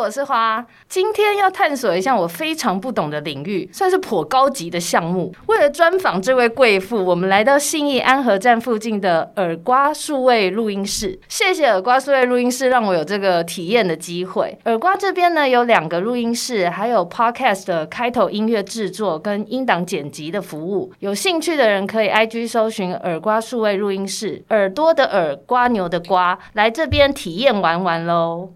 我是花，今天要探索一项我非常不懂的领域，算是颇高级的项目。为了专访这位贵妇，我们来到信义安和站附近的耳瓜数位录音室。谢谢耳瓜数位录音室，让我有这个体验的机会。耳瓜这边呢有两个录音室，还有 Podcast 的开头音乐制作跟音档剪辑的服务。有兴趣的人可以 IG 搜寻耳瓜数位录音室，耳朵的耳，瓜牛的瓜，来这边体验玩玩喽。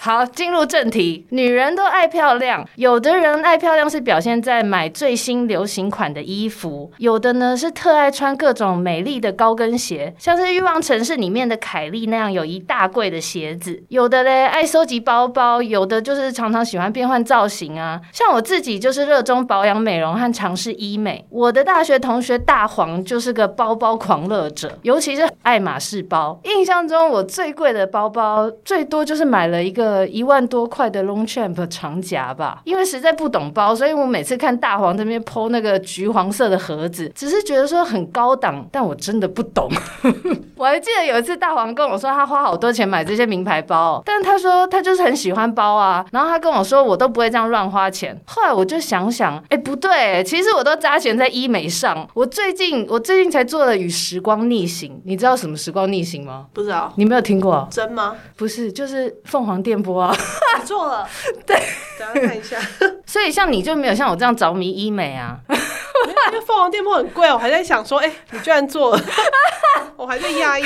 好，进入正题。女人都爱漂亮，有的人爱漂亮是表现在买最新流行款的衣服，有的呢是特爱穿各种美丽的高跟鞋，像是《欲望城市》里面的凯莉那样有一大柜的鞋子；有的嘞爱收集包包，有的就是常常喜欢变换造型啊。像我自己就是热衷保养美容和尝试医美。我的大学同学大黄就是个包包狂热者，尤其是爱马仕包。印象中我最贵的包包最多就是买了一个。呃，一万多块的 Longchamp 长夹吧，因为实在不懂包，所以我每次看大黄这边剖那个橘黄色的盒子，只是觉得说很高档，但我真的不懂。我还记得有一次大黄跟我说他花好多钱买这些名牌包、哦，但他说他就是很喜欢包啊，然后他跟我说我都不会这样乱花钱。后来我就想想，哎、欸，不对，其实我都砸钱在医美上。我最近我最近才做了与时光逆行，你知道什么时光逆行吗？不知道，你没有听过？真吗？不是，就是凤凰电。啊，做 了，对，等下看一下。所以像你就没有像我这样着迷医美啊， 因为凤凰电波很贵，我还在想说，哎、欸，你居然做了， 我还在压抑。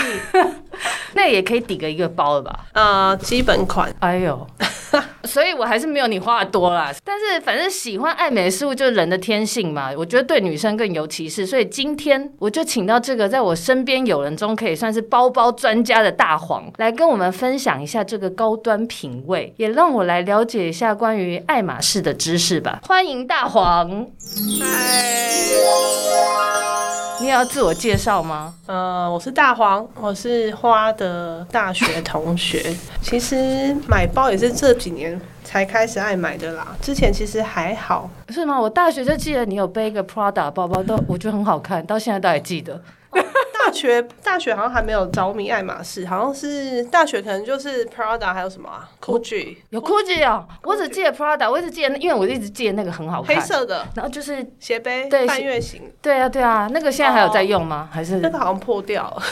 那也可以抵个一个包了吧？呃，基本款。哎 呦。所以我还是没有你花的多啦，但是反正喜欢爱美事物就是人的天性嘛，我觉得对女生更尤其是，所以今天我就请到这个在我身边友人中可以算是包包专家的大黄来跟我们分享一下这个高端品味，也让我来了解一下关于爱马仕的知识吧。欢迎大黄，哎嗨，你也要自我介绍吗？呃，我是大黄，我是花的大学同 学，其实买包也是这几年。才开始爱买的啦，之前其实还好，是吗？我大学就记得你有背一个 Prada 包包，都我觉得很好看，到现在都还记得。大学大学好像还没有着迷爱马仕，好像是大学可能就是 Prada 还有什么啊，Gucci 有 Gucci 哦、喔，我只记得 Prada，我一直记得，因为我一直记得那个很好看，黑色的，然后就是斜背，对，半月形，对啊对啊，那个现在还有在用吗？哦、还是那个好像破掉了，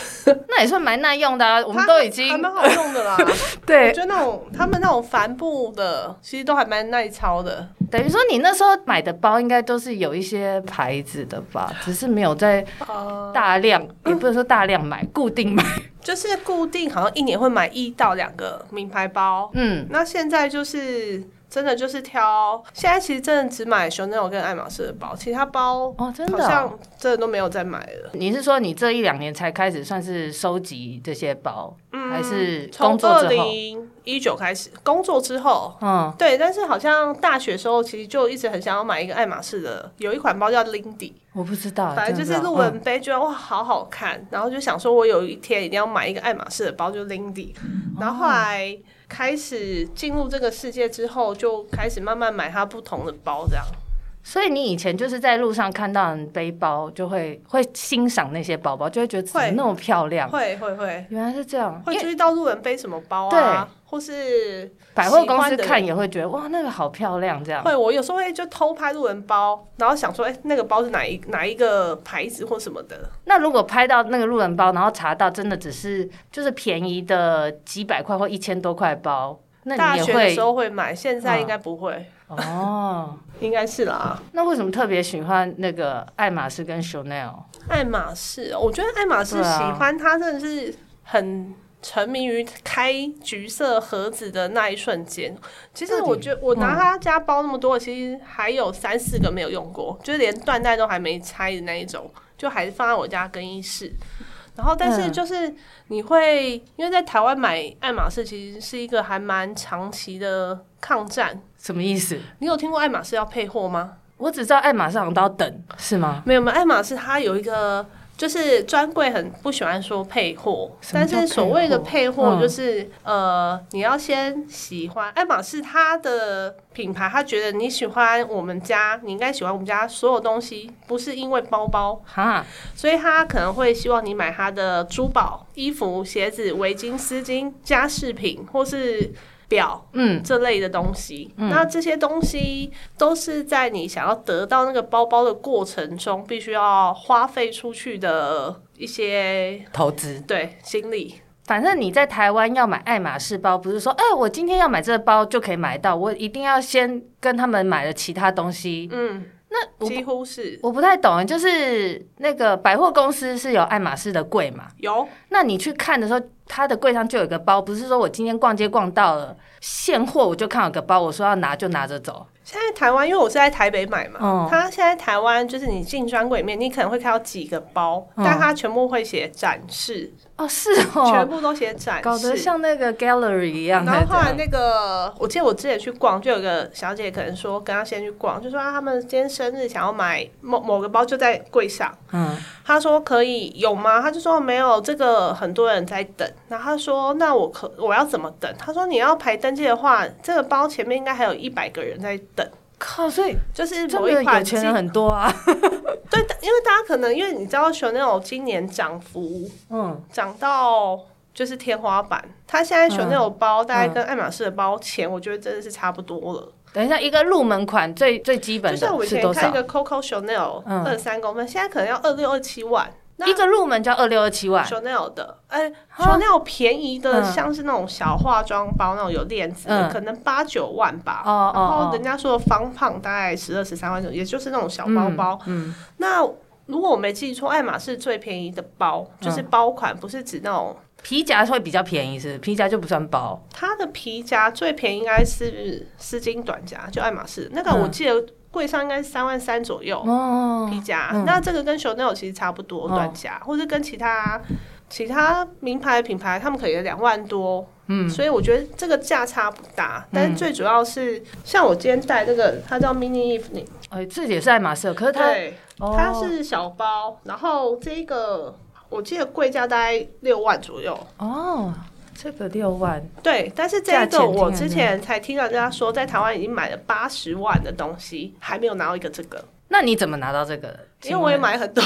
那也算蛮耐用的啊，我们都已经嗯还蛮好用的啦， 对，我觉得那种他们那种帆布的，其实都还蛮耐操的。等于说你那时候买的包应该都是有一些牌子的吧，只是没有在哦大量，呃、也不能说大量买，固定买。就是固定好像一年会买一到两个名牌包，嗯，那现在就是真的就是挑，现在其实真的只买熊 l 跟爱马仕的包，其他包哦真的嗯好像真的都没有再买了。哦哦、你是说你这一两年才开始算是收集这些包，嗯、还是从二零一九开始工作之后？嗯，对，但是好像大学时候其实就一直很想要买一个爱马仕的，有一款包叫 Lindy。我不知道，啊反正就是陆文杯，觉得、嗯、哇好好看，然后就想说，我有一天一定要买一个爱马仕的包，就 Lindy。然后后来开始进入这个世界之后，就开始慢慢买它不同的包，这样。所以你以前就是在路上看到人背包，就会会欣赏那些包包，就会觉得怎么那么漂亮？会会会，原来是这样。会注意到路人背什么包啊？对。或是百货公司看也会觉得哇，那个好漂亮，这样。会，我有时候会就偷拍路人包，然后想说，哎、欸，那个包是哪一哪一个牌子或什么的。那如果拍到那个路人包，然后查到真的只是就是便宜的几百块或一千多块包，那大学的时候会买，现在应该不会。嗯、哦，应该是啦。那为什么特别喜欢那个爱马仕跟 Chanel？爱马仕，哦我觉得爱马仕喜欢它真的是很。沉迷于开橘色盒子的那一瞬间，其实我觉我拿他家包那么多，嗯、其实还有三四个没有用过，就是连缎带都还没拆的那一种，就还是放在我家更衣室。然后，但是就是你会、嗯、因为在台湾买爱马仕，其实是一个还蛮长期的抗战。什么意思？你有听过爱马仕要配货吗？我只知道爱马仕好像都要等，是吗？没有，没有，爱马仕它有一个。就是专柜很不喜欢说配货，但什么叫是配货所谓的配货嗯就是、呃，你要先喜欢爱马仕它的品牌，他觉得你喜欢我们家，你应该喜欢我们家所有东西，不是因为包包，哈，所以他可能会希望你买他的珠宝、衣服、鞋子、围巾、丝巾、家饰品或是表。嗯，这类的东西，那这些东西都是在你想要得到那个包包的过程中，必须要花费出去的一些投资对心力。反正你在台湾要买爱马仕包，不是说，哎、我今天要买这个包就可以买到，我一定要先跟他们买了其他东西。嗯，那我几乎是我不太懂，就是那个百货公司是有爱马仕的柜嘛？有那你去看的时候，它的柜上就有一个包，不是说我今天逛街逛到了现货，我就看有个包，我说要拿就拿着走。现在台湾，因为我是在台北买嘛嗯，它现在台湾就是你进专柜里面，你可能会看到几个包，嗯但它全部会写展示，哦，是全 哦，部都写展示，搞得像那个 gallery 一样的然后这后来样。那个，我记得我之前去逛，就有个小姐可能说跟她先去逛，就说、啊、他们今天生日想要买某某个包，就在柜上。嗯，她说可以有吗？她就说没有，这个很多人在等。然后她说那我可我要怎么等？她说你要排登记的话，这个包前面应该还有一百个人在等。靠，所以就是这某边一有款钱精人很多啊。对，因为大家可能因为你知道，熊那种今年涨幅嗯，涨到就是天花板，它现在熊那种包大概嗯跟爱马仕的包钱，我觉得真的是差不多了。等一下，一个入门款最最基本就像我的以是前多看少一？个 Coco Chanel 嗯二三公分，现在可能要二六二七万。那一个入门就要二六二七万， Chanel 的，哎、啊 c h a n e l 便宜的，嗯像是那种小化妆包那种有链子的，嗯可能八九万吧。哦哦然哦后人家说的方胖大概十二十三万左右，也就是那种小包包。嗯，那如果我没记错，爱马仕最便宜的包嗯就是包款，不是指那种皮夹会比较便宜，是不是皮夹就不算包。它的皮夹最便宜应该是丝巾短夹，就爱马仕那个，我嗯记得柜上应该是三万三左右。哦，皮夹，嗯那这个跟 Chanel 其实差不多，哦短夹，或者跟其他其他名牌品牌，他们可能两万多，嗯，所以我觉得这个价差不大。但嗯是最主要是，像我今天戴这个，它叫 Mini Evening，哎，这也是爱马仕，可是它对，哦它是小包，然后这一个我记得贵价大概六万左右，哦，这个六万，对，但是这一价个钱我听起之来前才听到人家说，在台湾已经买了八十万的东西，还没有拿到一个这个，那你怎么拿到这个？因为我也请问，买很多。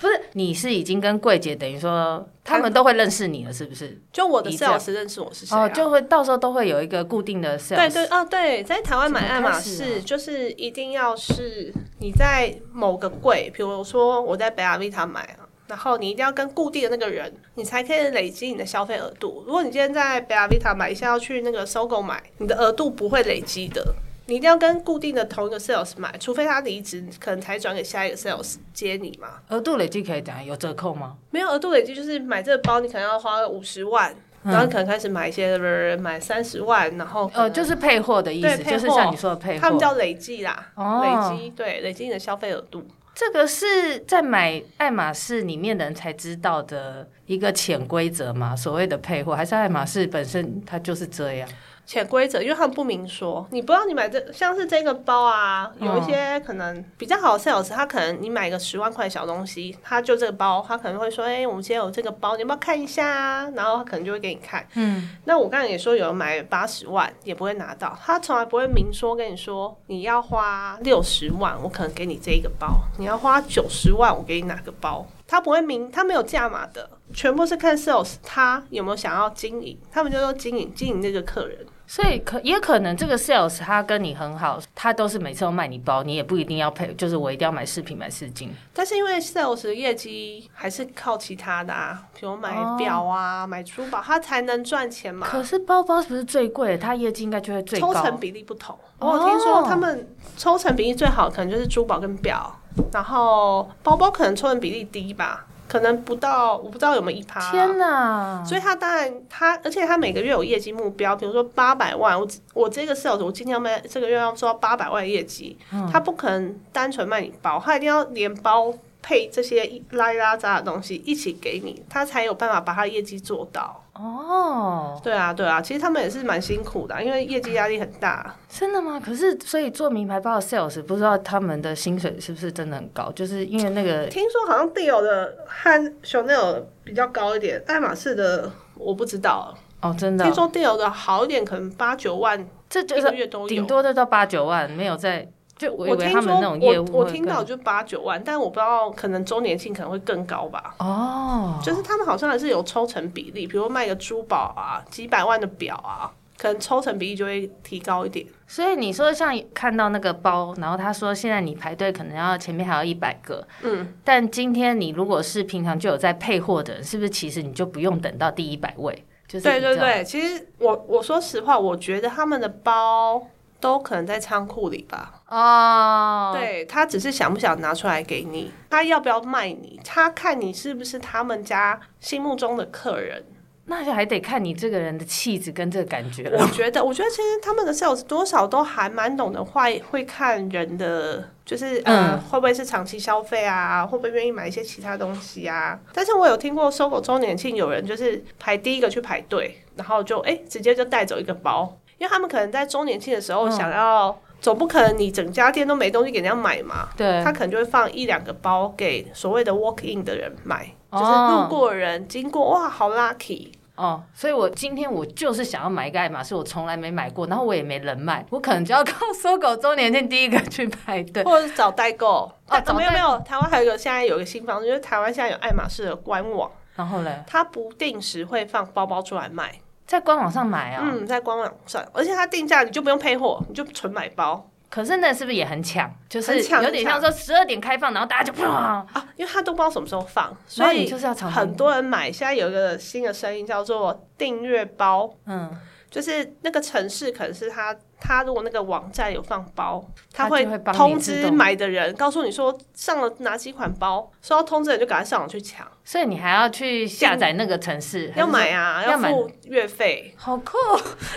不是你是已经跟柜姐等于说他们都会认识你了，是不是？就我的你 s 这样 a 师认识我是谁、啊哦，就会到时候都会有一个固定的 sales，对对啊，对，在台湾买怎么爱马开始仕啊就是一定要是你在某个柜，比如说我在北阿维塔买啊，然后你一定要跟固定的那个人，你才可以累积你的消费额度。如果你今天在北阿维塔买，一下要去那个搜狗买，你的额度不会累积的。你一定要跟固定的同一个 sales 买，除非他离职，可能才转给下一个 sales 接你嘛。额度累计可以讲有折扣吗？没有额度累积，就是买这个包，你可能要花五十万，嗯然后你可能开始买一些，呃买三十万，然后可呃，能就是配货的意哦对思，配就货是像你说的配他们货。叫累计啦，哦累积对，累积你的消费额度。这个是在买爱马仕里面的人才知道的一个潜规则嘛？所谓的配货，还是爱马仕本身它就是这样？潜规则，因为他们不明说，你不知道你买这像是这个包啊，嗯有一些可能比较好的 sales，他可能你买个十万块的小东西，他就这个包，他可能会说，哎、我们今天有这个包，你要不要看一下啊？然后他可能就会给你看。嗯，那我刚才也说，有人买八十万也不会拿到，他从来不会明说跟你说，你要花六十万，我可能给你这一个包；你要花九十万，我给你哪个包。他不会明，他没有价码的，全部是看 sales 他有没有想要经营，他们就说经营经营这个客人。所以可也可能这个 sales 他跟你很好，他都是每次都卖你包，你也不一定要配，就是我一定要买饰品买丝巾。但是因为 sales 的业绩还是靠其他的啊，比如买哦表啊、买珠宝，他才能赚钱嘛。可是包包是不是最贵的？它业绩应该就会最抽高。成比例不同。哦我有听说他们抽成比例最好，可能就是珠宝跟表，然后包包可能抽成比例低吧，可能不到，我不知道有没有一趴。天哪！所以他当然他，而且他每个月有业绩目标，比如说八百万，我只我这个 sales 我今天要卖，这个月要做到八百万的业绩，嗯他不可能单纯卖你包，他一定要连包配这些拉里拉杂的东西一起给你，他才有办法把他的业绩做到。哦，对啊，对啊，其实他们也是蛮辛苦的啊、因为业绩压力很大。真的吗？可是所以做名牌包的 sales 不知道他们的薪水是不是真的很高，就是因为那个听说好像 Dior 的和 Chanel 比较高一点，爱马仕的我不知道。哦，真的哦、听说 Dior 的好一点，可能八九万这就一个是月都有顶。多就到八九万，没有在就我以我为听他说们那种业务我我会听更到就八九万，但我不知道可能周年庆可能会更高吧。哦，就是他们好像还是有抽成比例，比如卖个珠宝啊，几百万的表啊，可能抽成比例就会提高一点。所以你说像看到那个包，然后他说现在你排队可能要前面还要一百个，嗯，但今天你如果是平常就有在配货的人，是不是其实你就不用等到第一百位？就是对对你知道，对，其实我我说实话，我觉得他们的包都可能在仓库里吧。哦，，对他只是想不想拿出来给你，他要不要卖你，他看你是不是他们家心目中的客人。那就还得看你这个人的气质跟这个感觉 了。我觉得，我觉得其实他们的 sales 多少都还蛮懂得会会看人的，就是呃，嗯会不会是长期消费啊，会不会愿意买一些其他东西啊。但是我有听过搜狗周年庆有人就是排第一个去排队，然后就哎、直接就带走一个包，因为他们可能在周年庆的时候嗯想要，总不可能你整家店都没东西给人家买嘛。对他，可能就会放一两个包给所谓的 walk in 的人买，哦就是路过的人经过，哇，好 lucky，哦，所以我今天我就是想要买一个爱马仕，我从来没买过，然后我也没人脉，我可能就要靠搜狗周年庆第一个去排队。或者是找代购。哦啊，找没有代没有，台湾还有一个现在有一个新方式，就是台湾现在有爱马仕的官网，然后嘞，它不定时会放包包出来卖。在官网上买啊、嗯，在官网上，而且它定价你就不用配货，你就纯买包可是那是不是也很抢？就是很抢有点像说十二点开放，然后大家就啪，啊，因为它都不知道什么时候放，所所以以就是要抢很多人买。现在有一个新的声音叫做订阅包，嗯，就是那个城市可能是他，他如果那个网站有放包，他它会就会帮你通自知动买的人，告诉你说上了哪几款包，收到通知的人就赶快上网去抢，所以你还要去下载那个城市，嗯要还是买啊，要买付月费。说，好酷，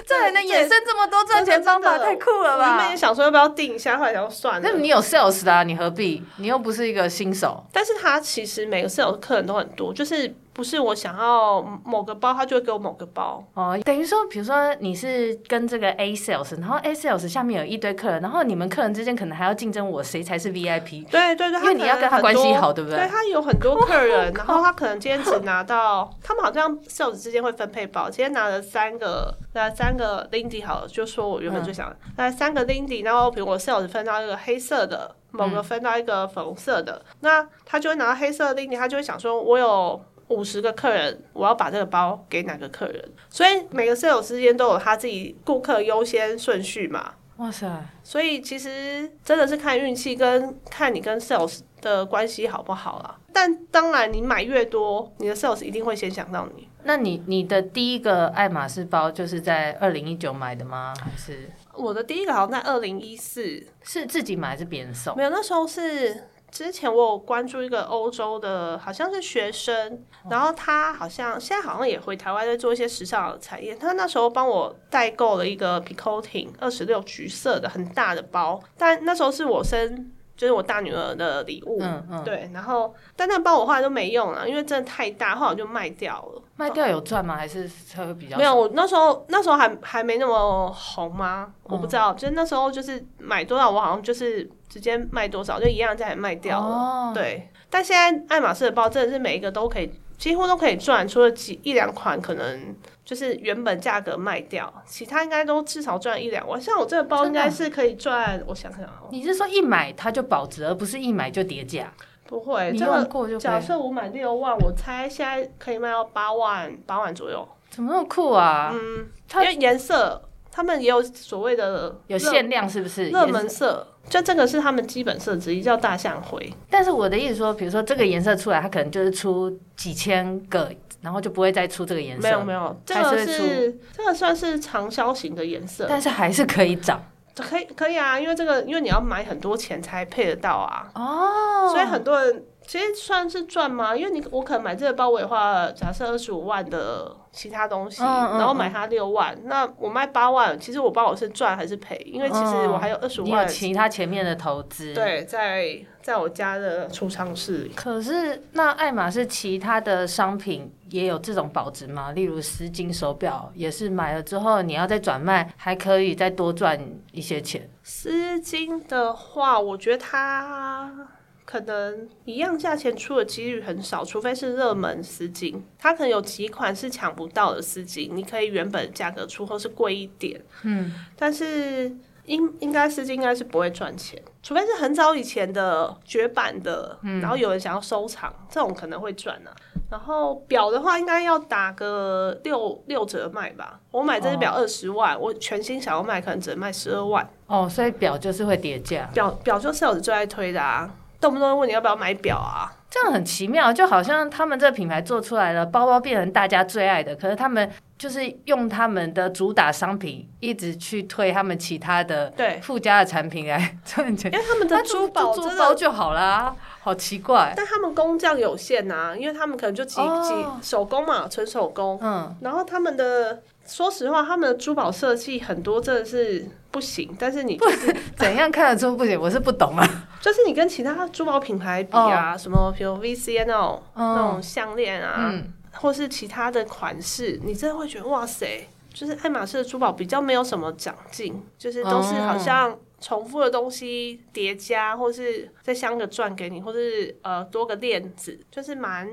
这还能这衍哦生这么多赚钱方法，真的太酷了我原本吧也！想说要不要定一下，后来想说算那了。你有 sales 的、啊，你何必？你又不是一个新手，但是他其实每个 sales 客人都很多，就是不是我想要某个包，他就会给我某个包。哦，等于说，比如说你是跟这个 A sales，然后 A sales 下面有一堆客人，然后你们客人之间可能还要竞争我谁才是 VIP。对对对，因为你要跟他可能很多关系好对不对对他有很多客 人，然后他可能今天只拿到，他们好像 sales 之间会分配包，今天拿了三个，拿三个 Lindy 好了，就说我嗯原本就想拿三个 Lindy，然后比如我 sales 分到一个黑色的。某嗯个分到一个粉红色的，那他就会拿到黑色的 Lindy，他就会想说，我有五十个客人，我要把这个包给哪个客人？所以每个 sales 之间都有他自己顾客优先顺序嘛。哇塞，所以其实真的是看运气跟看你跟 sales 的关系好不好啦。但当然，你买越多，你的 sales 一定会先想到你。那你你的第一个爱马仕包就是在二零一九买的吗？还是我的第一个好像在二零一四，是自己买还是别人送？没有那时候是之前我有关注一个欧洲的，好像是学生，然后他好像现在好像也回台湾在做一些时尚的产业。他那时候帮我代购了一个 Picotin 二十六橘色的很大的包，但那时候是我生就是我大女儿的礼物。嗯嗯，对，然后但那包我后来都没用了，因为真的太大，后来我就卖掉了。卖掉有赚吗？还是才会比较没有，我那时候那时候还还没那么红吗？我不知嗯道，就是那时候就是买多少，我好像就是直接卖多少，就一样价钱卖掉了。哦，对，但现在爱马仕的包真的是每一个都可以，几乎都可以赚，除了几一两款可能就是原本价格卖掉，其他应该都至少赚一两万。像我这个包应真的啊该是可以赚，我想想哦，你是说一买它就保值，而不是一买就叠价？不会，你这个用过就可假以。设我买六万，我猜现在可以卖到八万，八万左右。怎么那么酷啊？嗯，因它为颜色，他们也有所谓的有限量是不是？热热也是门色，就这个是他们基本色之一，叫大象灰。但是我的意思说，比如说这个颜色出来，它可能就是出几千个，然后就不会再出这个颜色。没有没有，这还是个会是这个算是长销型的颜色，但是还是可以涨可以可以啊，因为这个因为你要买很多钱才配得到啊，哦所以很多人其实算是赚吗？因为你我可能买这个包，我也花了假设二十五万的其他东西，嗯嗯然后买它六万，那我卖八万，其实我不知道我是赚还是赔，因为其实我还有二十五嗯你有万，其他前面的投资。。对，在在我家的储藏室里。可是，那爱马仕其他的商品也有这种保值吗？例如丝巾、手表，也是买了之后你要再转卖，还可以再多赚一些钱。丝巾的话，我觉得它可能一样价钱出的几率很少，除非是热门丝巾，它可能有几款是抢不到的丝巾，你可以原本价格出，或是贵一点。嗯，但是应应该丝巾应该是不会赚钱，除非是很早以前的绝版的，然后有人想要收藏，这种可能会赚啊。然后表的话，应该要打个六六折卖吧。我买这只表二十万，我全新想要卖，可能只能卖十二万。哦，所以表就是会叠价，表表就是 sales 最爱推的啊，动不动问你要不要买表啊。这样很奇妙，就好像他们这品牌做出来了，包包变成大家最爱的，可是他们就是用他们的主打商品一直去推他们其他的对，附加的产品来赚钱。因为他们的珠宝那就真珠宝的，就好啦，好奇 怪。但他们工匠有限呐、因为他们可能就几哦几手工嘛，纯手工。嗯，然后他们的，说实话，他们的珠宝设计很多真的是不行，但是你就是怎样看得出不行？我是不懂啊。 就是你跟其他珠宝品牌比啊，哦什么比如 VCN 那种、那种项链啊，嗯，或是其他的款式，你真的会觉得哇塞，就是爱马仕的珠宝比较没有什么长进，就是都是哦好像重复的东西叠加，或是再镶个钻给你，或是呃多个链子，就是蛮。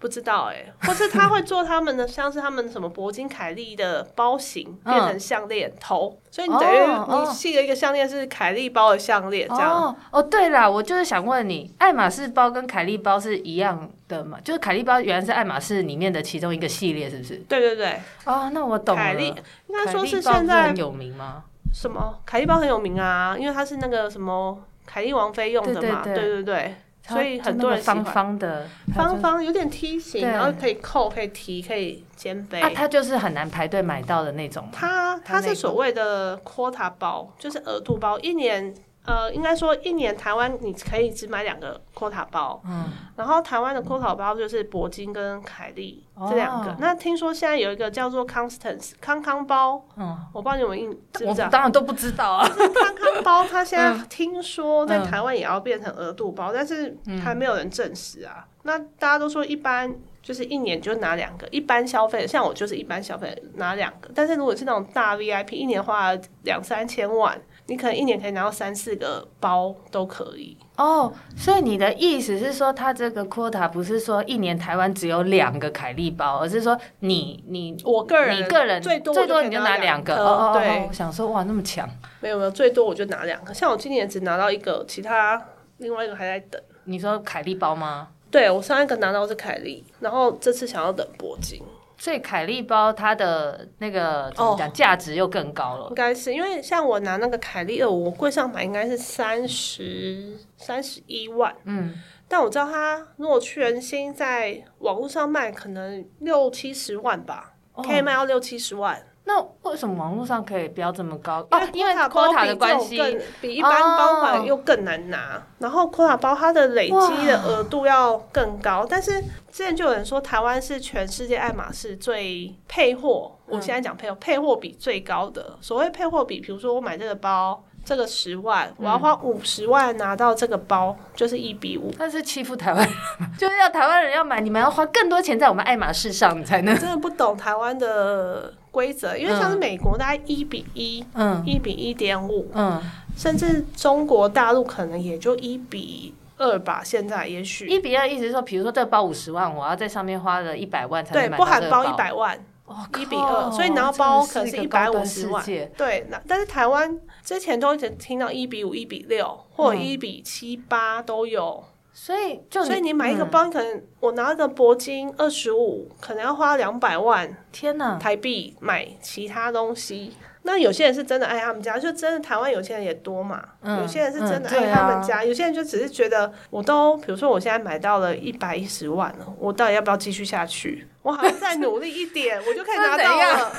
不知道哎、 或是他会做他们的，像是他们什么铂金凯利的包型嗯变成项链头，所以你等于哦哦你系了一个项链是凯利包的项链这样，哦哦，对啦，我就是想问你，爱马仕包跟凯利包是一样的吗？就是凯利包原来是爱马仕里面的其中一个系列，是不是？对对对，哦，那我懂了。凯利应该说是凯利包现不在很有名吗？什么凯利包很有名啊，因为它是那个什么凯利王妃用的嘛，对对对对对对，所以很多人喜它就那么欢方方的，方方有点梯形，对然后可以扣，可以提，可以肩背。啊，它就是很难排队买到的那种嘛。它它它那个是所谓的 quota 包，就是额度包，一年。呃，应该说一年台湾你可以只买两个 quota 包，嗯，然后台湾的 quota 包就是铂金跟凯利哦这两个。那听说现在有一个叫做 Constance 康康包，嗯，我不知道你有没有印，知不我知道？当然都不知 道啊。康康包，它现在听说在台湾也要变成额度包，但是还没有人证实啊。那大家都说一般就是一年就拿两个，一般消费像我就是一般消费拿两个，但是如果是那种大 VIP，一年花两三千万，你可能一年可以拿到三四个包都可以。哦，所以你的意思是说，它这个 quota 不是说一年台湾只有两个凯利包，而是说你你我个人你个人最多最多我可你以就拿两个。颗哦哦哦对我，想说哇，那么强，没有没有，最多我就拿两个。像我今年只拿到一个，其他另外一个还在等。你说凯利包吗？对我上一个拿到是凯利，然后这次想要等铂金。所以凯利包它的那个怎么哦讲，价值又更高了应。该是因为像我拿那个凯利二，我柜上买应该是三十三十一万，嗯，但我知道它如果全新在网络上卖，可能六七十万吧，哦可以卖到六七十万。那为什么网络上可以标这么高？哦因因为为 quota 包的比关这系，哦种更比一般包款又更难拿，然后 quota 包它的累积的额度要更高。但是之前就有人说台湾是全世界爱马仕最配货，嗯我现在讲配货，配货比最高的。所谓配货比，比如说我买这个包，这个十万，嗯我要花五十万拿到这个包，就是一 比五。但是欺负台湾人， 就是要台湾人要买，你们要花更多钱在我们爱马仕上，你才能。真的不懂台湾的规则，因为像是美国大概一比一、嗯一比一点五，嗯，甚至中国大陆可能也就一比二吧，现在也许一比二意思是说，比如说这包五十万，我要在上面花了一百万才对能买不到这含个包包一，百万，哇一比靠二，所以你拿到包真的可能是是一个百高五端十世万界。对，那但是台湾之前都一直听到一比五、一比六或嗯者一比七八都有，所以就所以你买一个嗯包，你可能我拿一个铂金二十五，可能要花两百万天哪，台币买其他东西。那有些人是真的爱他们家，就真的台湾有些人也多嘛，嗯有些人是真的嗯对爱啊他们家，有些人就只是觉得我都，比如说我现在买到了一百一十万了，我到底要不要继续下去？我好像再努力一点，我就可以拿到 了，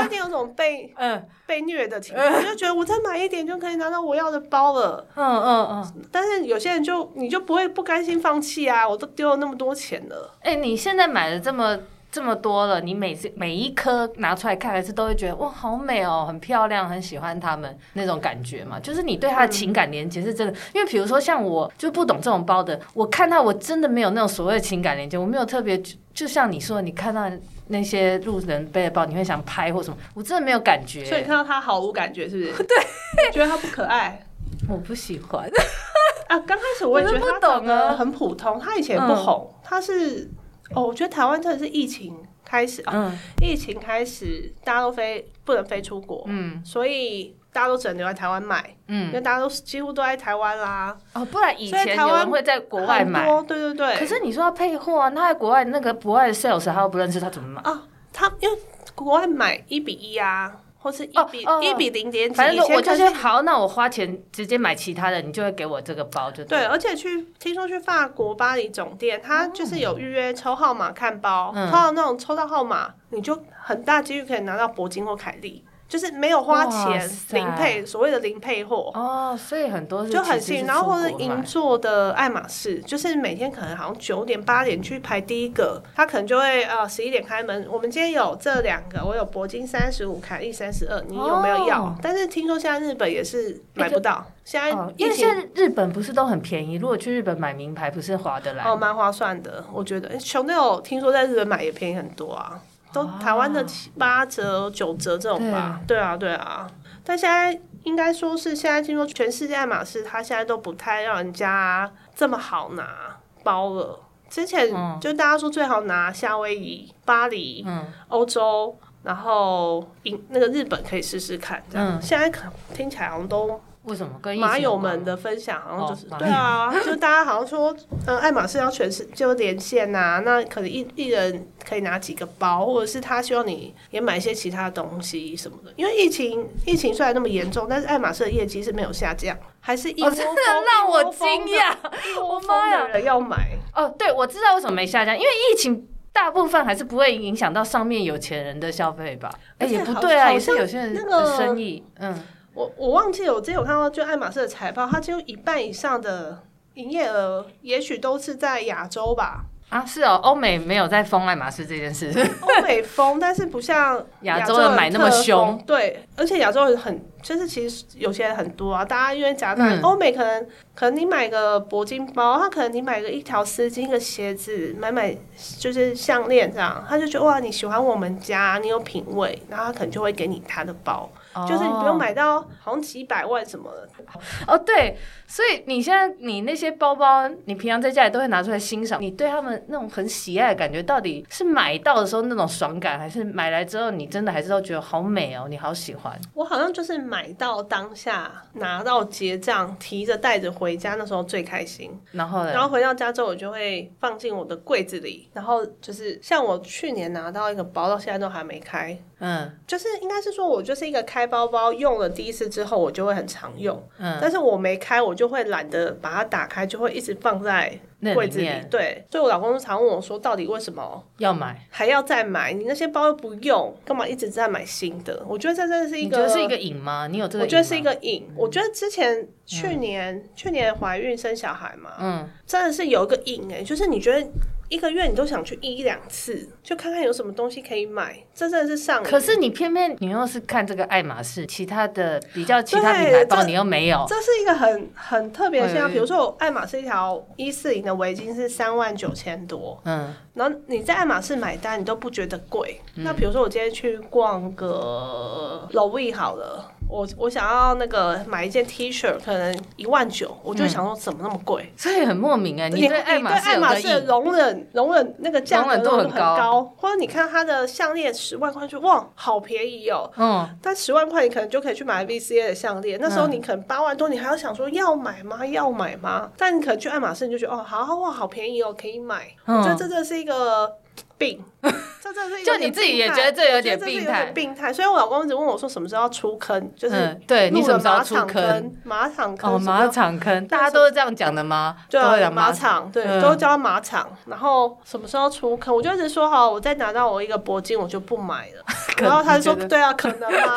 就一定有种被嗯被虐的情况，我就觉得我再买一点就可以拿到我要的包了。嗯嗯嗯，但是有些人就你就不会不甘心放弃啊，我都丢了那么多钱了。哎、你现在买了这么这么多了，你每次每一颗拿出来看一次，都会觉得哇，好美哦，很漂亮，很喜欢它们那种感觉嘛。就是你对它的情感连接是真的，因为比如说像我就不懂这种包的，我看到我真的没有那种所谓的情感连接，我没有特别，就就像你说的，你看到那些路人背的包，你会想拍或什么，我真的没有感觉，欸所以你看到它毫无感觉，是不 是？对，觉得它不可爱我不喜欢。啊，刚开始我也觉得我都他不懂长得啊嗯很普通，他以前不红，他是哦，我觉得台湾真的是疫情开始啊，嗯疫情开始大家都飞不能飞出国，嗯所以大家都只能留在台湾买，因为嗯，大家都是几乎都在台湾啦， 哦，不然以所以前台有湾人会在国外很买。多对对对，可是你说要配货啊，那在国外那个国外的 sales 他又不认识，他怎么买？啊，他因为国外买一比一啊，或是一哦比哦一比零点几，反正以前我就可是好，那我花钱直接买其他的，你就会给我这个包就对，了。而且去听说去法国巴黎总店，他就是有预约抽号码看包，哦嗯抽到那种抽到号码，你就很大几率可以拿到铂金或凯利，就是没有花哇钱塞零配，所谓的零配货。哦，所以很多是就很其实幸是运，然后或者出国买银座的爱马仕，就是每天可能好像九点八点去排第一个，他可能就会呃十一点开门。我们今天有这两个，我有铂金三十五，凯利三十二，你有没有要？哦但是听说现在日本也是买不到，现在哦，因疫为情现在日本不是都很便宜，如果去日本买名牌，不是划得来哦，蛮划算的，我觉得。熊队友听说在日本买也便宜很多啊，都哦台湾的七八折、九折这种吧。对啊，对啊。但现在应该说是现在听说全世界爱马仕，它现在都不太让人家这么好拿包了。之前嗯就大家说最好拿夏威夷、巴黎、嗯，欧洲，然后英那个日本可以试试看这样。嗯现在可能听起来好像都为什么跟疫情麻友关们的分享好像就是、哦对啊，就大家好像说，呃，爱马仕要全是就连线呐、那可能一一人可以拿几个包，或者是他希望你也买一些其他的东西什么的。因为疫情疫情虽然那么严重，但是爱马仕的业绩是没有下降，还是一窝哦，蜂、真的让我惊讶，一窝我蜂妈呀！的人要买。哦，对，我知道为什么没下降，因为疫情。大部分还是不会影响到上面有钱人的消费吧？哎、而且也不好对啊，好也是像有些人那的个生意，嗯，我我忘记我之前有看到，就爱马仕的财报，它只有一半以上的营业额，也许都是在亚洲吧，啊，是哦，欧美没有在封爱马仕这件事，欧美风，但是不像亚洲洲人买那么特凶风。对，而且亚洲人很，就是其实有些人很多啊，大家因为夹带嗯欧美可能可能你买个铂金包，他可能你买个一条丝巾、一个鞋子，买买就是项链这样，他就觉得哇，你喜欢我们家，你有品味，然后他可能就会给你他的包， 就是你不用买到好像几百万什么的。哦，对，所以你现在你那些包包，你平常在家里都会拿出来欣赏，你对他们那种很喜爱的感觉，到底是买到的时候那种爽感，还是买来之后你真的还是都觉得好美哦，你好喜欢？我好像就是买到当下拿到结账，提着袋子回家，那时候最开心。然后呢？然后回到家之后，我就会放进我的柜子里。然后就是像我去年拿到一个包，到现在都还没开。嗯就是应该是说，我就是一个开包包，用了第一次之后，我就会很常用。嗯，但是我没开，我就会懒得把它打开，就会一直放在那柜里子里。面对，所以我老公常问我说，到底为什么要买，还要再买？你那些包又不用，干嘛一直在买新的？我觉得这真的是一你个，觉得是一个瘾吗？嗯你有哦这个？我觉得是一，个瘾。我觉得之前去年、去年怀孕生小孩嘛，嗯，真的是有一个瘾哎、就是你觉得一个月你都想去一两次，就看看有什么东西可以买，这真的是上瘾。可是你偏偏你又是看这个爱马仕，其他的比较其他对品牌包这你又没有，这是一个很很特别的现象，嗯比如说我爱马仕一条一四零的围巾是三万九千多，嗯然后你在爱马仕买单你都不觉得贵。那比如说我今天去逛个 LOV 好了，我我想要那个买一件 T 恤，可能一万九，我嗯就想说怎么那么贵？所以很莫名哎，你对爱马对仕爱有马个仕的瘾，容忍容忍那个价容格忍度很很高或者你看它的项链十万块，就哇，好便宜哦。嗯，但十万块你可能就可以去买 VCA 的项链，那时候你可能八万多，你还要想说要买吗？要买吗？但你可能去爱马仕，你就觉得哦，好好哇，好便宜哦，可以买。嗯我觉得这真的是一个 病，这真的是一个就你自己也觉得这有点病态，我觉得这是病有态点病态。所以我老公一直问我说什么时候要出坑，就是嗯对你入什了么时候马出场坑坑？马场坑哦，什么马场坑，大家都是这样讲的吗？对都会啊，讲马马场，对，嗯都叫马场。然后什么时候出坑？我就一直说好，我再拿到我一个铂金，我就不买了。 可然后他就说你觉：“得对啊，可能吗？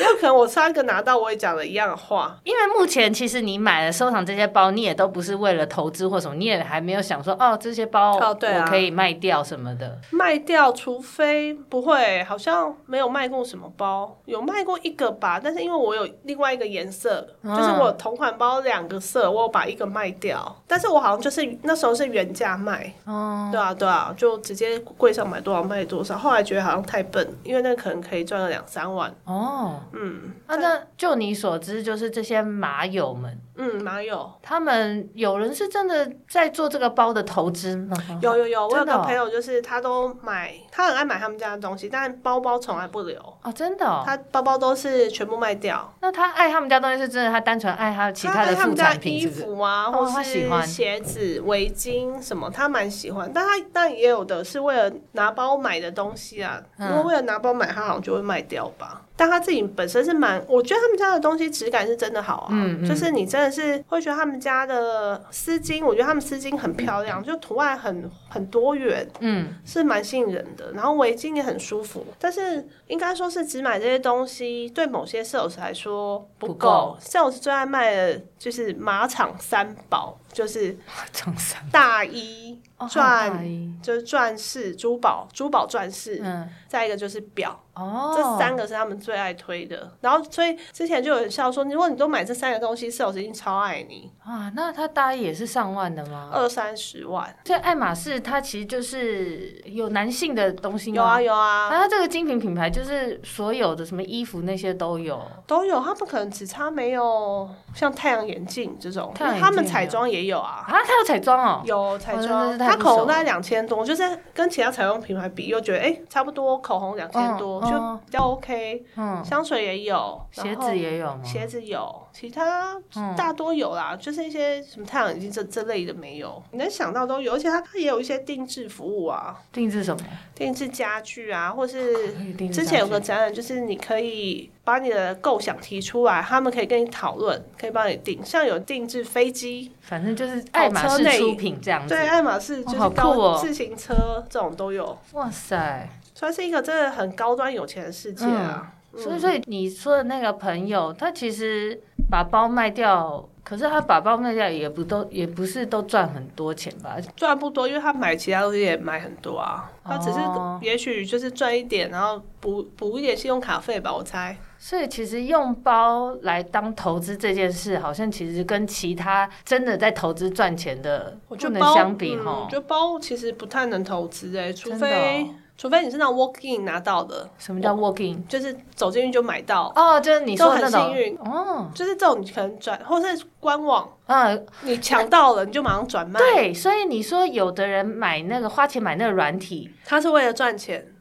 因为可能我上一个拿到，我也讲了一样的话。因为目前其实你买了收藏这些包，你也都不是为了投资或什么，你也还没有想说哦，这些包哦对啊我可以卖掉什么的。卖掉，除非不会，好像没有卖过什么包，有卖过一个吧，但是因为我有另外一个颜色，就是嗯我同款包两个色，我有把一个卖掉，但是我好像就是那时候是原价卖，哦，对啊对啊，就直接柜上买多少卖多少，后来觉得好像太笨，因为那可能可以赚了两三万，哦，嗯啊，那就你所知，就是这些麻友们，嗯，哪有？他们有人是真的在做这个包的投资吗？有有有，我有真的个哦朋友，就是他都买，他很爱买他们家的东西，但包包从来不留，哦，真的哦。他包包都是全部卖掉。那他爱他们家东西是真的，他单纯爱他其他的爱他副们家产的品，衣是不是？服啊，哦或他喜欢是鞋子、围巾什么，他蛮喜欢。但他但也有的是为了拿包买的东西啊，嗯如果为了拿包买，他好像就会卖掉吧。但他自己本身是蛮，我觉得他们家的东西质感是真的好啊，嗯嗯就是你真的是会觉得他们家的丝巾，我觉得他们丝巾很漂亮，就图案很很多元， 嗯，是蛮吸引人的，然后围巾也很舒服，但是应该说是只买这些东西对某些 sales 来说不不够够。sales 最爱卖的就是马场三宝，就是中山大衣、哦还有大钻，衣就是钻饰、珠宝、珠宝钻饰，嗯，再一个就是表。哦，这三个是他们最爱推的。然后所以之前就有人笑说，如果你都买这三个东西，sales 一定超爱你，啊，那他大衣也是上万的吗？二三十万。所以爱马仕它其实就是有男性的东西吗？有啊有啊，啊，它这个精品品牌就是所有的什么衣服那些都有。啊都有，他们可能只差没有像太阳眼镜这种，太因阳眼为镜他们彩妆也有啊，啊，它有彩妆哦，有彩哦真妆，的是太他不口熟红大了概两千多，就是跟其他彩妆品牌比，又觉得哎、诶差不多，口红两千多、嗯嗯就比较 OK，、嗯，香水也有，然鞋后子也有吗？鞋子有，其他嗯大多有啦，就是一些什么太阳眼镜这这类的没有，你能想到都有，而且它它也有一些定制服务啊，定制什么？定制家具啊，或是可以定制之前有个家展览，就是你可以把你的构想提出来，他们可以跟你讨论，可以帮你定。像有定制飞机具，，反正就是爱马跑车仕内出品这样子。对，爱马仕就是好酷哦高自行车这种都有，哇塞！算是一个真的很高端有钱的世界啊。所以，所以你说的那个朋友，他其实把包卖掉，可是他把包卖掉也不都也不是都赚很多钱吧？赚不多，因为他买其他东西也买很多啊，他只是哦也许就是赚一点，然后补补一点信用卡费吧，我猜。所以其实用包来当投资这件事，好像其实跟其他真的在投资赚钱的我不觉能得包，相比嗯哈我、觉得包其实不太能投资哎、除真的哦非除非你是那种 walk in 拿到的，什么叫 walking？就是走进去就买到，哦，就是你都说的很那幸种运。哦，就是这种你可能转，或是官网嗯，你抢到了，你就马上转卖。，对，所以你说有的人买那个花钱买那个软体，他是为了赚钱，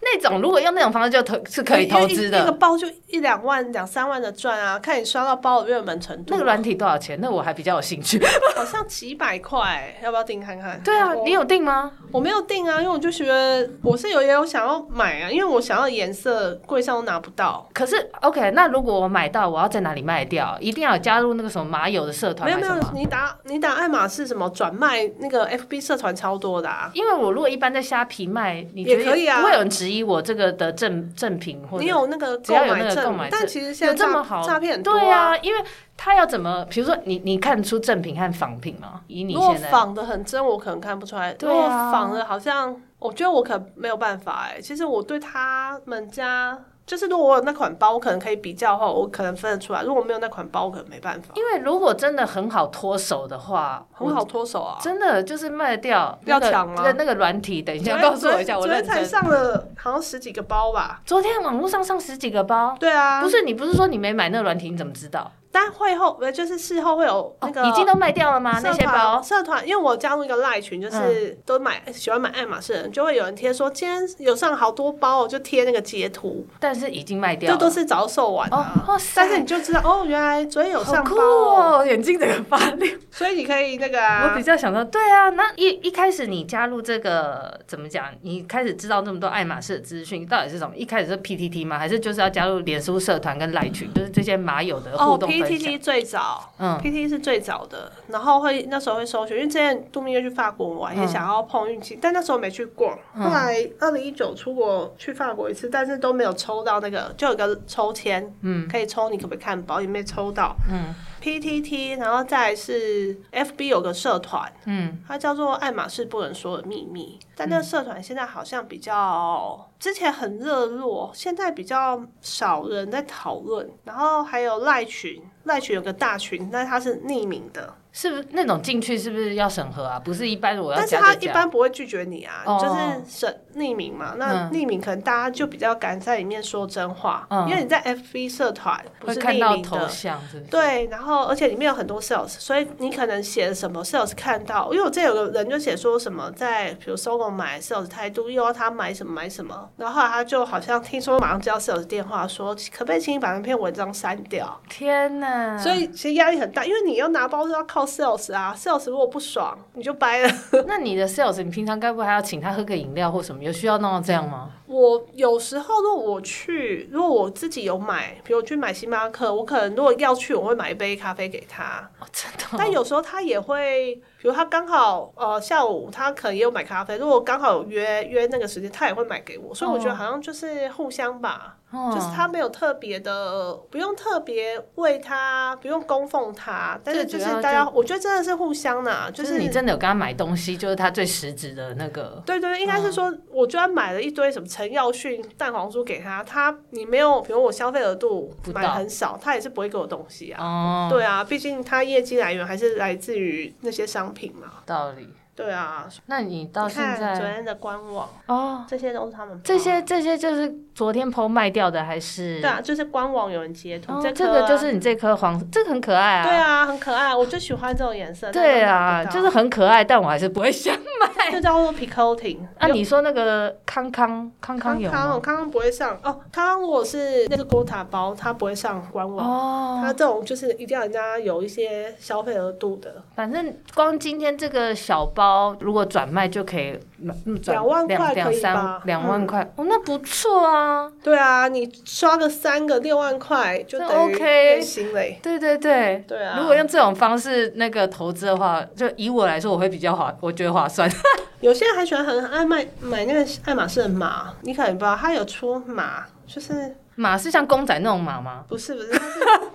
那种如果用那种方式就投是可以因为投一资一个的。包就一两万、两三万的赚啊，看你刷到包的热门程度。那个软体多少钱？那我还比较有兴 趣。好像几百块，要不要订看看？对啊，我你有定吗？我没有订啊，因为我就觉得我是有也有想要买啊，因为我想要的颜色柜上都拿不到。可是 OK，那如果我买到，我要在哪里卖掉？一定要有加入那个什么马友的社团没有还没是有什么，？你打你打爱马仕什么转卖那个 FB 社团超多的啊。因为我如果一般在虾皮卖，你觉得也可以啊不会有人质疑我这个的正正品或者你有那个只购要有那买个购证买，但证其实现有在这诈么好诈骗很多对啊，因为他要怎么，比如说你你看出正品和仿品吗？以你如果现在仿的很真，我可能看不出来。对如果啊仿的好像，我觉得我可没有办法哎、其实我对他们家，就是如果我有那款包，我可能可以比较后，我可能分得出来。如果没有那款包，我可能没办法。因为如果真的很好脱手的话，很好脱手啊我，真的就是卖掉不要那个抢那吗个那个软体，等一昨下天告诉我一下，我昨天认才真。上了好像十几个包吧。昨天网络上上十几个包，对啊不，是你不是说你没买那个软体，你怎么知道？但会后呃，就是事后会有那个、哦、已经都卖掉了吗？那社些团包？嗯社团，因为我加入一个赖群，就是都买、喜欢买爱马仕的人，就会有人贴说今天有上好多包哦，我就贴那个截图，但是已经卖掉这了，都是早售完哦啊。哦，塞但是你就知道哦，原来昨天有好上酷包、哦，眼睛整个发亮。所以你可以那 个我啊比，较想说，对啊，那一一开始你加入这个怎么讲？你开始知道那么多爱马仕的资讯，到底是什么？一开始是 PTT 吗？还是就是要加入脸书社团跟赖群，就是这些马友的互哦动分享。 PTT 最早、嗯 p t 是最早的，然后会那时候会搜寻，因为之前度蜜月去法国玩，也想要碰运气，嗯但那时候没去过。后来二零一九出国去法国一次，但是都没有抽到那个，就有一个抽签，嗯，可以抽你可不可以看包，也没抽到，嗯 PTT，然后再来是 FB 有个社团，嗯，它叫做“爱马仕不能说的秘密”，但那个社团现在好像比较之前很热络，现在比较少人在讨论。然后还有赖群，赖群有个大群，但它是匿名的，是不是那种进去是不是要审核啊？不是一般我要但是加他就一加。般不会拒绝你啊，哦就是审匿名嘛。那嗯匿名可能大家就比较敢在里面说真话，嗯因为你在 FB 社团不会是看匿到名头的，像是不是？对，然后而且里面有很多 sales，所以你可能写了什么 sales 看到，因为我这有个人就写说什么在比如搜狗买 sales 态度，又要他买什么买什么，然后后来他就好像听说马上接到 sales 电话说，可不可以请你把那篇文章删掉？ 天哪！所以其实压力很大，因为你要拿包是要靠 sales 啊，sales 如果不爽你就掰 了。 那你的 sales，你平常该不会还要请他喝个饮料或什么？有需要弄到这样吗？我有时候如果我去，如果我自己有买，比如我去买星巴克，我可能如果要去，我会买一杯咖啡给他。哦，真的哦、但有时候他也会，比如他刚好呃下午他可能也有买咖啡，如果刚好有约约那个时间，他也会买给我，所以我觉嗯得好像就是互相吧，哦就是他没有特别的，不用特别为他，不用供奉他，但是最就主是要大家就，我觉得真的是互相呐、就就是你真的有跟他买东西，就是他最实质的那个。对对，对应该嗯是说，我居然买了一堆什么陈耀迅蛋黄酥给他，他你没有，比如我消费额度不买到很少，他也是不会给我东西啊。哦，对啊，毕竟他业绩来源还是来自于那些商品嘛。道理。对啊，那你到你现看昨在天的官网，哦，这些都是他们包这些这些就是昨天朋友卖掉的，还是对啊，就是官网有人截图，哦这这颗啊个就是你这颗黄，这个很可爱啊。对啊，很可爱，我就喜欢这种颜色。对啊啊，，就是很可爱，但我还是不会想 买。就叫做 picoting。啊，你说那个康康康康康有康，吗我？康康不会上哦。康康如果是那个锅塔包，它不会上官网。哦，它这种就是一定要人家有一些消费额度的，反正光今天这个小包，如果转卖就可以嗯转两万块两两可以三吧嗯两万块、哦，那不错啊。对啊，你刷个三个六万块就那等于 OK 变心嘞。对对对，对啊如果用这种方式那个投资的话，就以我来说，我会比较划，我觉得划算。有些人还喜欢很爱买买那个爱马仕的马，你可能不知道，它有出马，就是马是像公仔那种马吗？不是不是，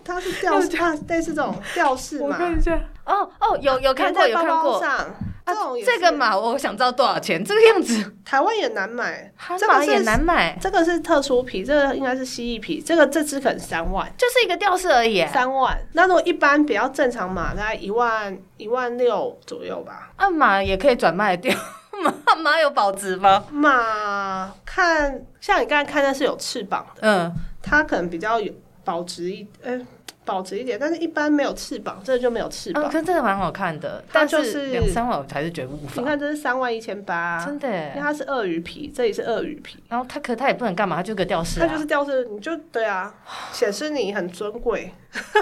它是 它是吊饰，它类似这种吊饰嘛，下。哦哦，有有看过在有包看包过。啊上这种也是这个马我想知道多少钱，这个样 子，台湾也难买，哈这个马是也难买，这个是特殊皮，这个应该是蜥蜴皮，这个这只可能三万。就是一个吊饰而已。三万，那如果一般比较正常码，大概一万一万六左右吧。啊，马也可以转卖掉，马 马有保值吗？马看像你刚才看那是有翅膀的，嗯，它可能比较有保值一，呃、保值一点，但是一般没有翅膀，这个就没有翅膀。嗯，可是真的蛮好看的，它但就是两三万我还是觉得无法啊你，看这是三万一千八，真的因为耶。它是鳄鱼皮，这里是鳄鱼皮，然后它可它也不能干嘛，它就个吊饰它啊。就是吊饰，你就对啊，显示你很尊贵。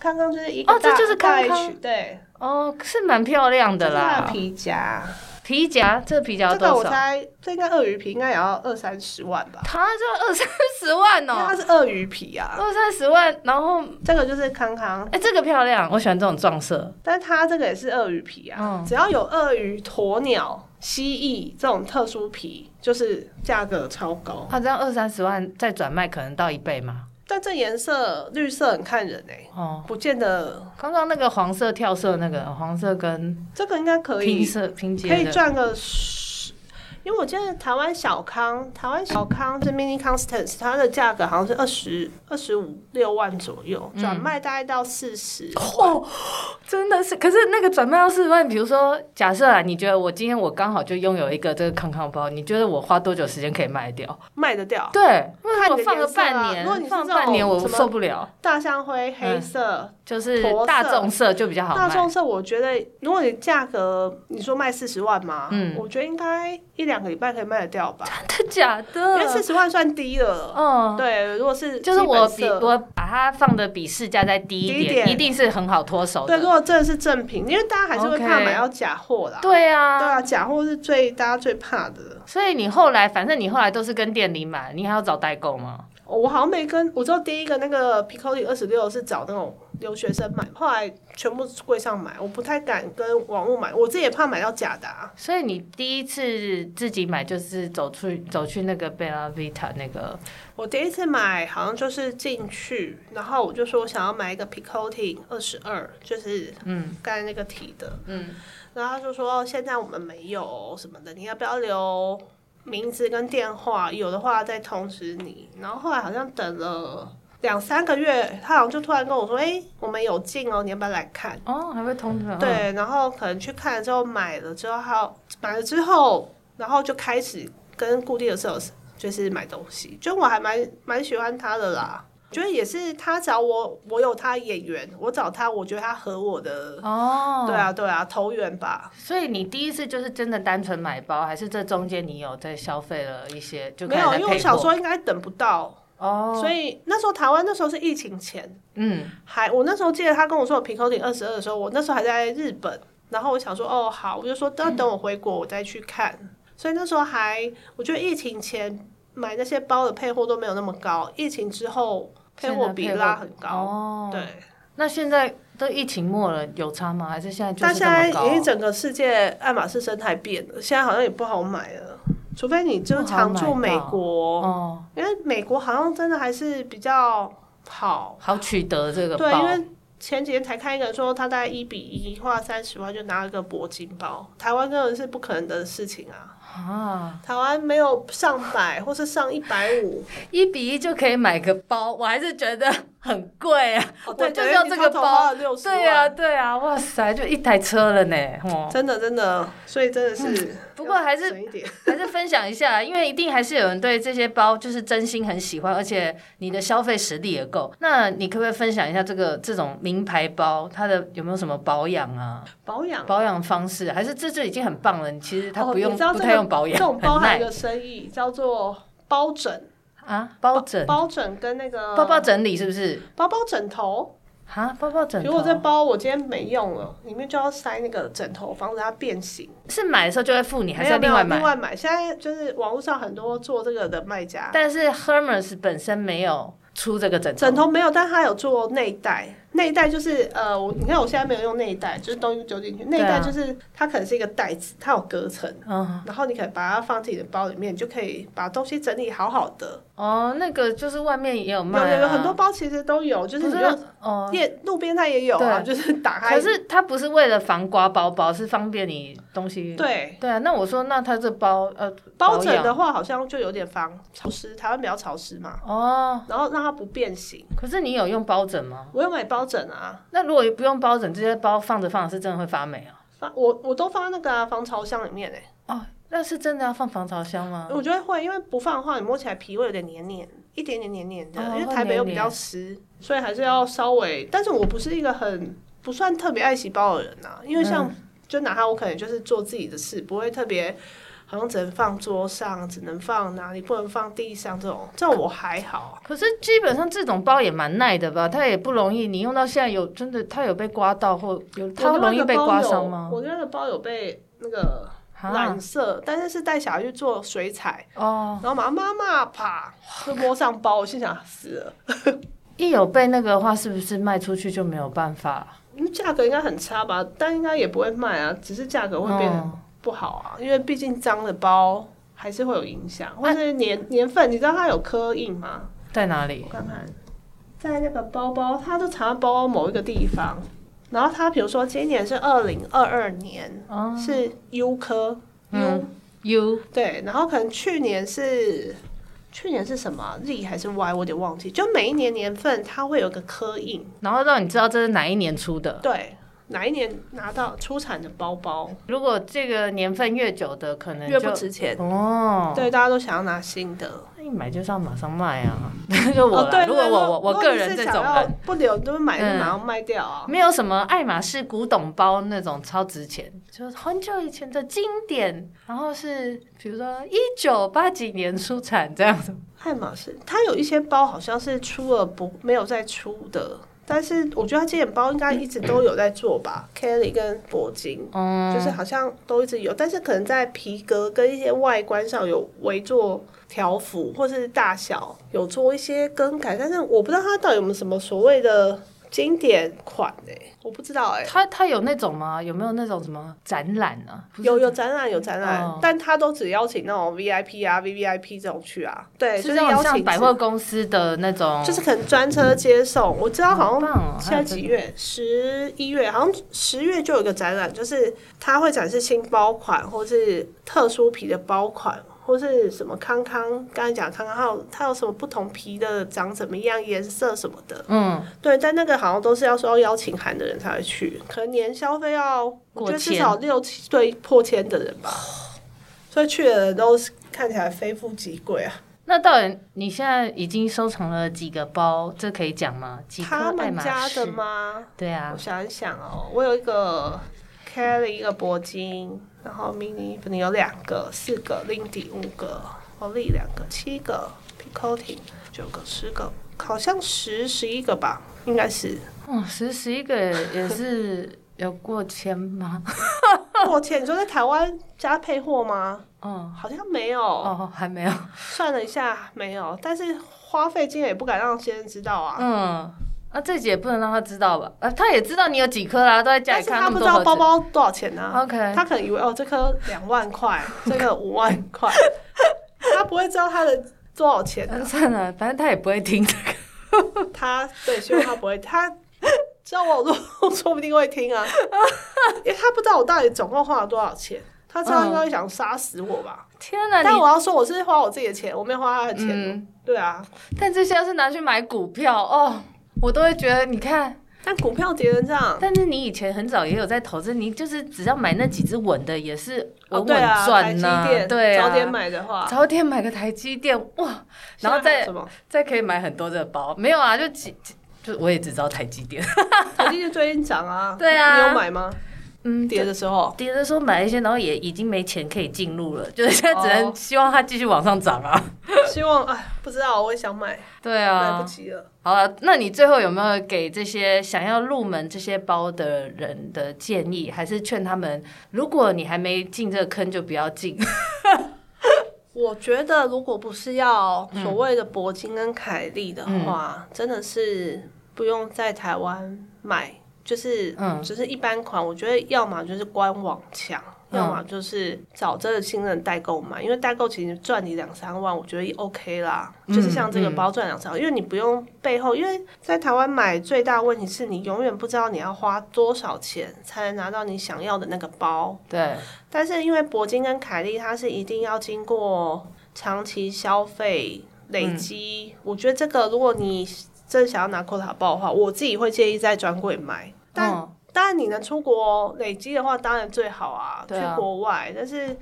康康就是一哦个这大就是大康 H，对，哦，是蛮漂亮这的是它啦的。皮夹，皮夹，这皮夹要这个多我少？猜这应该鳄鱼皮应该也要二三十万吧，它就二三十万因为它哦，是鳄鱼皮啊。二三十万。然后，这个就是康康，哎，这个漂亮，我喜欢这种撞色。但它这个也是鳄鱼皮啊，嗯只要有鳄鱼、鸵鸟、蜥蜴这种特殊皮，就是价格超高。啊它这样二三十万再转卖，可能到一倍嘛。但这颜色绿色很看人哎、哦，不见得刚刚那个黄色跳色那个黄色跟这个应该可拼以，色拼可接以的，赚个十。因为我记得台湾小康，台湾小康是 mini constance，它的价格好像是二十二十五六万左右，嗯转卖大概到四十、哦，真的是，可是那个转卖到四十万，比如说，假设啊，你觉得我今天我刚好就拥有一个这个康康包，你觉得我花多久时间可以卖掉？卖得掉。对，那看如你果的放个半年，颜色啊如果你是放这种半年我什么受不了，大象灰黑嗯色，就是驼色大众色就比较嗯好大卖众。色，我觉得如果你价格，你说卖四十万嘛，嗯我觉得应该一两个礼拜可以卖得掉吧， 真的假因的？为四十万算低了。嗯，对，如果是呃就是基本我比色我把它放的比市价再低一点，低一点一定是很好脱手对，如的。果真的是正品，因为大家还是会 OK 怕买到假货啦。对啊，对啊，假货是最大家最怕的。所以你后来，反正你后来都是跟店里买，你还要找代购吗？我、哦我好像没跟，我知道第一个那个 Piccoli 二十六是找那种留学生买，后来全部柜上买，我不太敢跟网络买，我自己也怕买到假的、啊。所以你第一次自己买就是走出走去那个 Bella Vita 那个，我第一次买好像就是进去，然后我就说我想要买一个 Piccoli 二十二，就是嗯刚才那个提的，嗯，然后他就说现在我们没有什么的，你要不要留名字跟电话？有的话再通知你。然后后来好像等了两三个月，他好像就突然跟我说：“哎、我们有进哦，你要不要来看哦，还会通知啊？”对，然后可能去看了之后买了之后，还有买了之后，然后就开始跟固定的室友就是买东西，就我还蛮蛮喜欢他的啦。觉得也是他找我，我有他眼缘，我找他，我觉得他合我的，哦，对。啊对啊，投缘吧。所以你第一次就是真的单纯买包，还是这中间你有在消费了一些？就没开始有，在因为我配想货说应该等不到，哦，所以那时候台湾那时候是疫情前，嗯，还我那时候记得他跟我说我平口顶二十二的时候，我那时候还在日本，然后我想说哦好，我就说等等我回国我再去看，所以那时候还我觉得疫情前买那些包的配货都没有那么高，疫情之后配货比拉很高，哦。对，那现在都疫情末了，有差吗？还是现在就但是这现在么高？也是整个世界爱马仕生态变了，现在好像也不好买了，除非你就是不好常买驻美到国。哦，因为美国好像真的还是比较好，好取得这个对，包因为前几天才看一个人说他大概一比一花三十万就拿了个铂金包，台湾根本是不可能的事情啊！啊，台湾没有上百或是上一百 五，一比一就可以买个包，我还是觉得很贵啊。哦对我就是要这个包，六十对啊呀、万，对呀、哇塞，就一台车了呢。 哦，真的真的，所以真的是，不过还是省一点，还是分享一下，啊因为一定还是有人对这些包就是真心很喜欢，而且你的消费实力也够。那你可不可以分享一下这个这种名牌包，它的有没有什么保养啊？保养保养方式还是这就已经很棒了？你其实它哦不用、你知道不这太个用保养，这种包很还耐有一个生意叫做包枕，啊，包枕、包枕跟那个包包整理是不是？包包枕头。啊，包包枕如果这头包我今天没用了，里面就要塞那个枕头，防止它变形。是买的时候就会付你，还没是要有没另有外另买？外买。现在就是网络上很多做这个的卖家，但是 Hermes 本身没有出这个枕头，枕头没有，但它有做内袋。内袋就是呃，我你看我现在没有用内袋，就是东西丢进去。内对啊袋就是它可能是一个袋子，它有隔层，嗯然后你可以把它放自己的包里面，你就可以把东西整理好好的。哦，那个就是外面也有卖、有啊，有有很多包其实都有，就是不你是就哦，夜路边它也有啊，对就是打开可是它不是为了防刮包包，是方便你东西。对。对啊，那我说那它这包呃包枕保的养话，好像就有点防潮湿，台湾比较潮湿嘛，哦，然后让它不变形。可是你有用包枕吗？我有买包枕啊，那如果不用包枕，这些包放着放着是真的会发霉啊？放我我都放在那个、啊、防潮箱里面诶、哦，那是真的要放防潮箱吗？我觉得会，因为不放的话，你摸起来皮会有点黏黏，一点点黏黏的，哦因为台北又比较湿，所以还是要稍微。但是我不是一个很不算特别爱洗包的人呐、因为嗯像、就拿它，我可能就是做自己的事，不会特别。好像只能放桌上，只能放哪里，不能放地上这种，这种我还好。可是基本上这种包也蛮耐的吧，它也不容易。你用到现在有真的，它有被刮到或有它我容那易个被包刮有伤吗？我那个包有被那个啊染色，但是是带小孩去做水彩，哦，然后马上妈妈啪就摸上包，我心想死了，一有被那个的话，是不是卖出去就没有办法？嗯价格应该很差吧，但应该也不会卖啊，只是价格会变得哦不好啊，因为毕竟脏的包还是会有影啊响，或是年年份，你知道它有刻印吗？在哪里我？看看，在那个包包，它就藏在包包某一个地方。然后它比如说今年是二零二二年，哦是 U 科、U 嗯，U 对，然后可能去年是去年是什么 Z 还是 Y，我有点忘记。就每一年年份它会有个刻印，然后让你知道这是哪一年出的。对，哪一年拿到出产的包包如果这个年份越久的，可能越就不值钱。哦。，对，大家都想要拿新的。那你买就是要马上卖 啊。就我啦、哦，对，如果对我我我如果个你人是这想种要人，不留就是买，就嗯马上卖掉啊。没有什么爱马仕古董包那种超值钱，就是很久以前的经典，然后是比如说一九八几年出产这样子。爱马仕它有一些包好像是出了不没有再出的，但是我觉得他经典包应该一直都有在做吧，Kelly 跟铂金，嗯，就是好像都一直有，但是可能在皮革跟一些外观上有微做调幅，或是大小有做一些更改，但是我不知道它到底有没有什么所谓的经典款哎、我不知道哎、他他有那种吗？有没有那种什么展览啊？不是有有展览有展览，哦但他都只邀请那种 VIP 啊、VVIP 这种去啊，对，就是是那邀种请像制百货公司的那种，就是可能专车接送。我知道哦好好棒哦像现还有在这几月？十一月，好像十月就有一个展览，就是它会展示新包款，或是特殊皮的包款，或是什么康康。刚才讲康康，还有它有什么不同皮的长怎么样，颜色什么的。嗯，对，但那个好像都是要收到邀请函的人才会去，可能年消费要我觉得至千少六七对破千的人吧。 所以去的人都是看起来非富即贵啊。那到底你现在已经收藏了几个包？这可以讲吗？几颗他爱们马家仕的？吗？对啊我，想一想哦，我有一个 Kelly，一个铂金，然后 mini 不能有两个、四个，Lindy 五个，Oli 两个、七个，Picotin 九个、十个，好像十十一个吧，应该是哦，十十一个也是有过千吗？破千。你说在台湾加配货吗？哦好像没有，哦，还没有。算了一下没有，但是花费金额也不敢让先生知道啊。嗯，那、这集也不能让他知道吧？啊，他也知道你有几颗啦，都在家但里是看他那不么知多盒道子。包包多少钱呢、啊？ OK，他可能以为哦，这颗两万块，这个五万块，他不会知道他的多少钱的、嗯算了，反正他也不会听这个。嗯他对，希望他不会，他知道我有录，说不定会听 啊，因为他不知道我到底总共花了多少钱。他知道应该会想杀死我吧？天哪，但嗯你我要说我是花我自己的钱，我没有花他的钱。嗯，对啊，但这些要是拿去买股票哦，我都会觉得你看。但股票跌成这样，但是你以前很早也有在投资，你就是只要买那几只稳的，也是哦稳对稳啊，台赚积呐、电，对啊，早点买的话，早点买个台积电哇，然后现在还有再什么？再可以买很多的包。没有啊，就几几就我也只知道台积电，台积电最近涨啊，对啊你有买吗？嗯，跌的时候，跌的时候买一些，然后也已经没钱可以进入了，就是现在只能哦希望它继续往上涨啊。希望哎，不知道，我也想买， 对买不啊，起了。好了，那你最后有没有给这些想要入门这些包的人的建议，还是劝他们，如果你还没进这个坑，就不要进？我觉得，如果不是要所谓的铂金跟凯利的嗯话，真的是不用在台湾买，就是、嗯就是一般款。我觉得要么就是官网抢，嗯要么就是找真的信任代购买，因为代购其实赚你两三万，我觉得也 OK 啦。嗯就是像这个包赚两三万，因为你不用背后，因为在台湾买最大的问题是你永远不知道你要花多少钱才能拿到你想要的那个包。对，但是因为铂金跟凯利，它是一定要经过长期消费嗯累积。我觉得这个，如果你真想要拿 quota 包的话，我自己会建议在专柜买。但嗯当然，你能出国累积的话，当然最好啊，对啊去国外。但是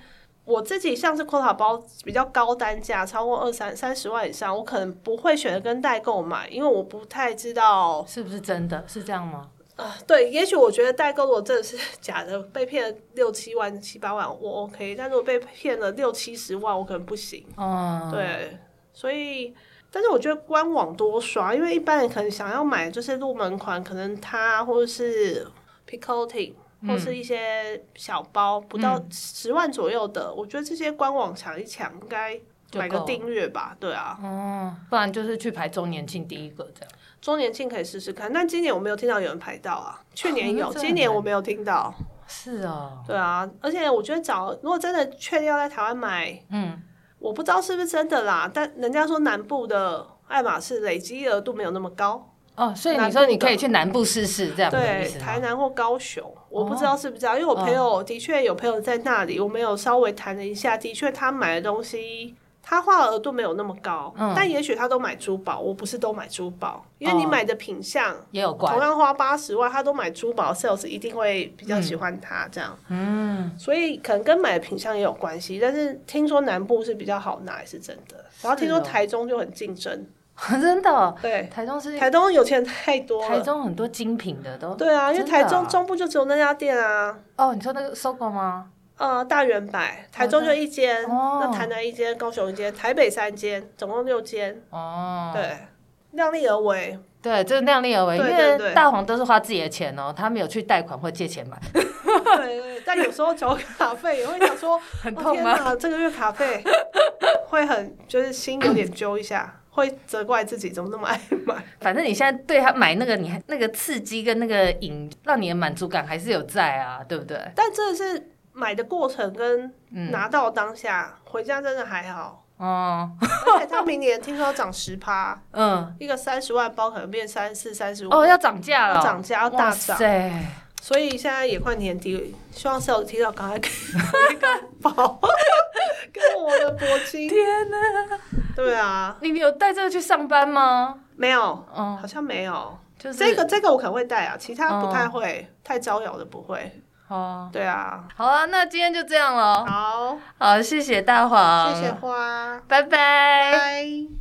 我自己像是 quota 包比较高单价，超过二三三十万以上，我可能不会选择跟代购买，因为我不太知道是不是真的是这样吗？啊，对，也许我觉得代购如果真的是 假的，被骗了六七万、七八万，我 OK；但如果被骗了六七十万，我可能不行。嗯，，对，所以，但是我觉得官网多刷，因为一般人可能想要买就是入门款，可能它或者是 Picotin。或嗯是一些小包，不到十万左右的，我觉得这些官网抢一抢，应该就买个够订阅吧。对啊，哦，不然就是去排周年庆第一个这样。周年庆可以试试看，但今年我没有听到有人排到啊，去年哦那有，真的今很年难我没有听到。是哦，对啊，而且我觉得找如果真的确定要在台湾买，嗯，我不知道是不是真的啦，但人家说南部的爱马仕累积额度没有那么高，哦，所以南你部说你可以的去南部试试，这样的意对思，吗啊哦台南或高雄，我不知道是不是这啊样，因为我朋友的确有朋友在那里，我们有稍微谈了一下，的确他买的东西。他花的额度没有那么高，嗯但也许他都买珠宝，我不是都买珠宝，因为你哦买的品相也有关同。样花八十万，他都买珠宝，sales 一定会比较喜欢他这样。嗯，所以可能跟买的品相也有关系，但是听说南部是比较好拿，也是真的。然后听说是哦台中就很竞争， 真的哦、对，台中是台东有钱人太多台了。中很多精品的都对啊，因真为的台中啊中部就只有那家店啊，哦，你说那个搜狗吗？呃，大圆柏，台中就一间，哦那台南一间，高雄一间，台北三间，总共六间。哦，对，量力而为，对，就是量力而为，因对对为对大黄都是花自己的钱哦，他没有去贷款或借钱买，对对对，但有时候缴卡费也会想说， 很哦痛天吗？哪，这个月卡费会很就是心有点揪一下，会责怪自己怎么那么爱买。反正你现在对他买那个，你还那个刺激跟那个瘾，让你的满足感还是有在啊，对不对？但真的是买的过程跟嗯拿到当下，回家真的还好。哦，而且它明年听说要涨十趴，嗯，一个三十万包可能变三四、三十五，哦，要涨价了要哦，涨价要哇大涨，塞，所以现在也快年底了，希望 sales 听到赶快给我一个包， 跟我 的铂金。天哪！对啊，你有带这个去上班吗？没有，哦，好像没有。就是这个这个我可能会带啊，其他不太会，太招摇的不会。哦，对啊，好啊，那今天就这样了，好，好，谢谢大黄，谢谢，花，拜拜拜。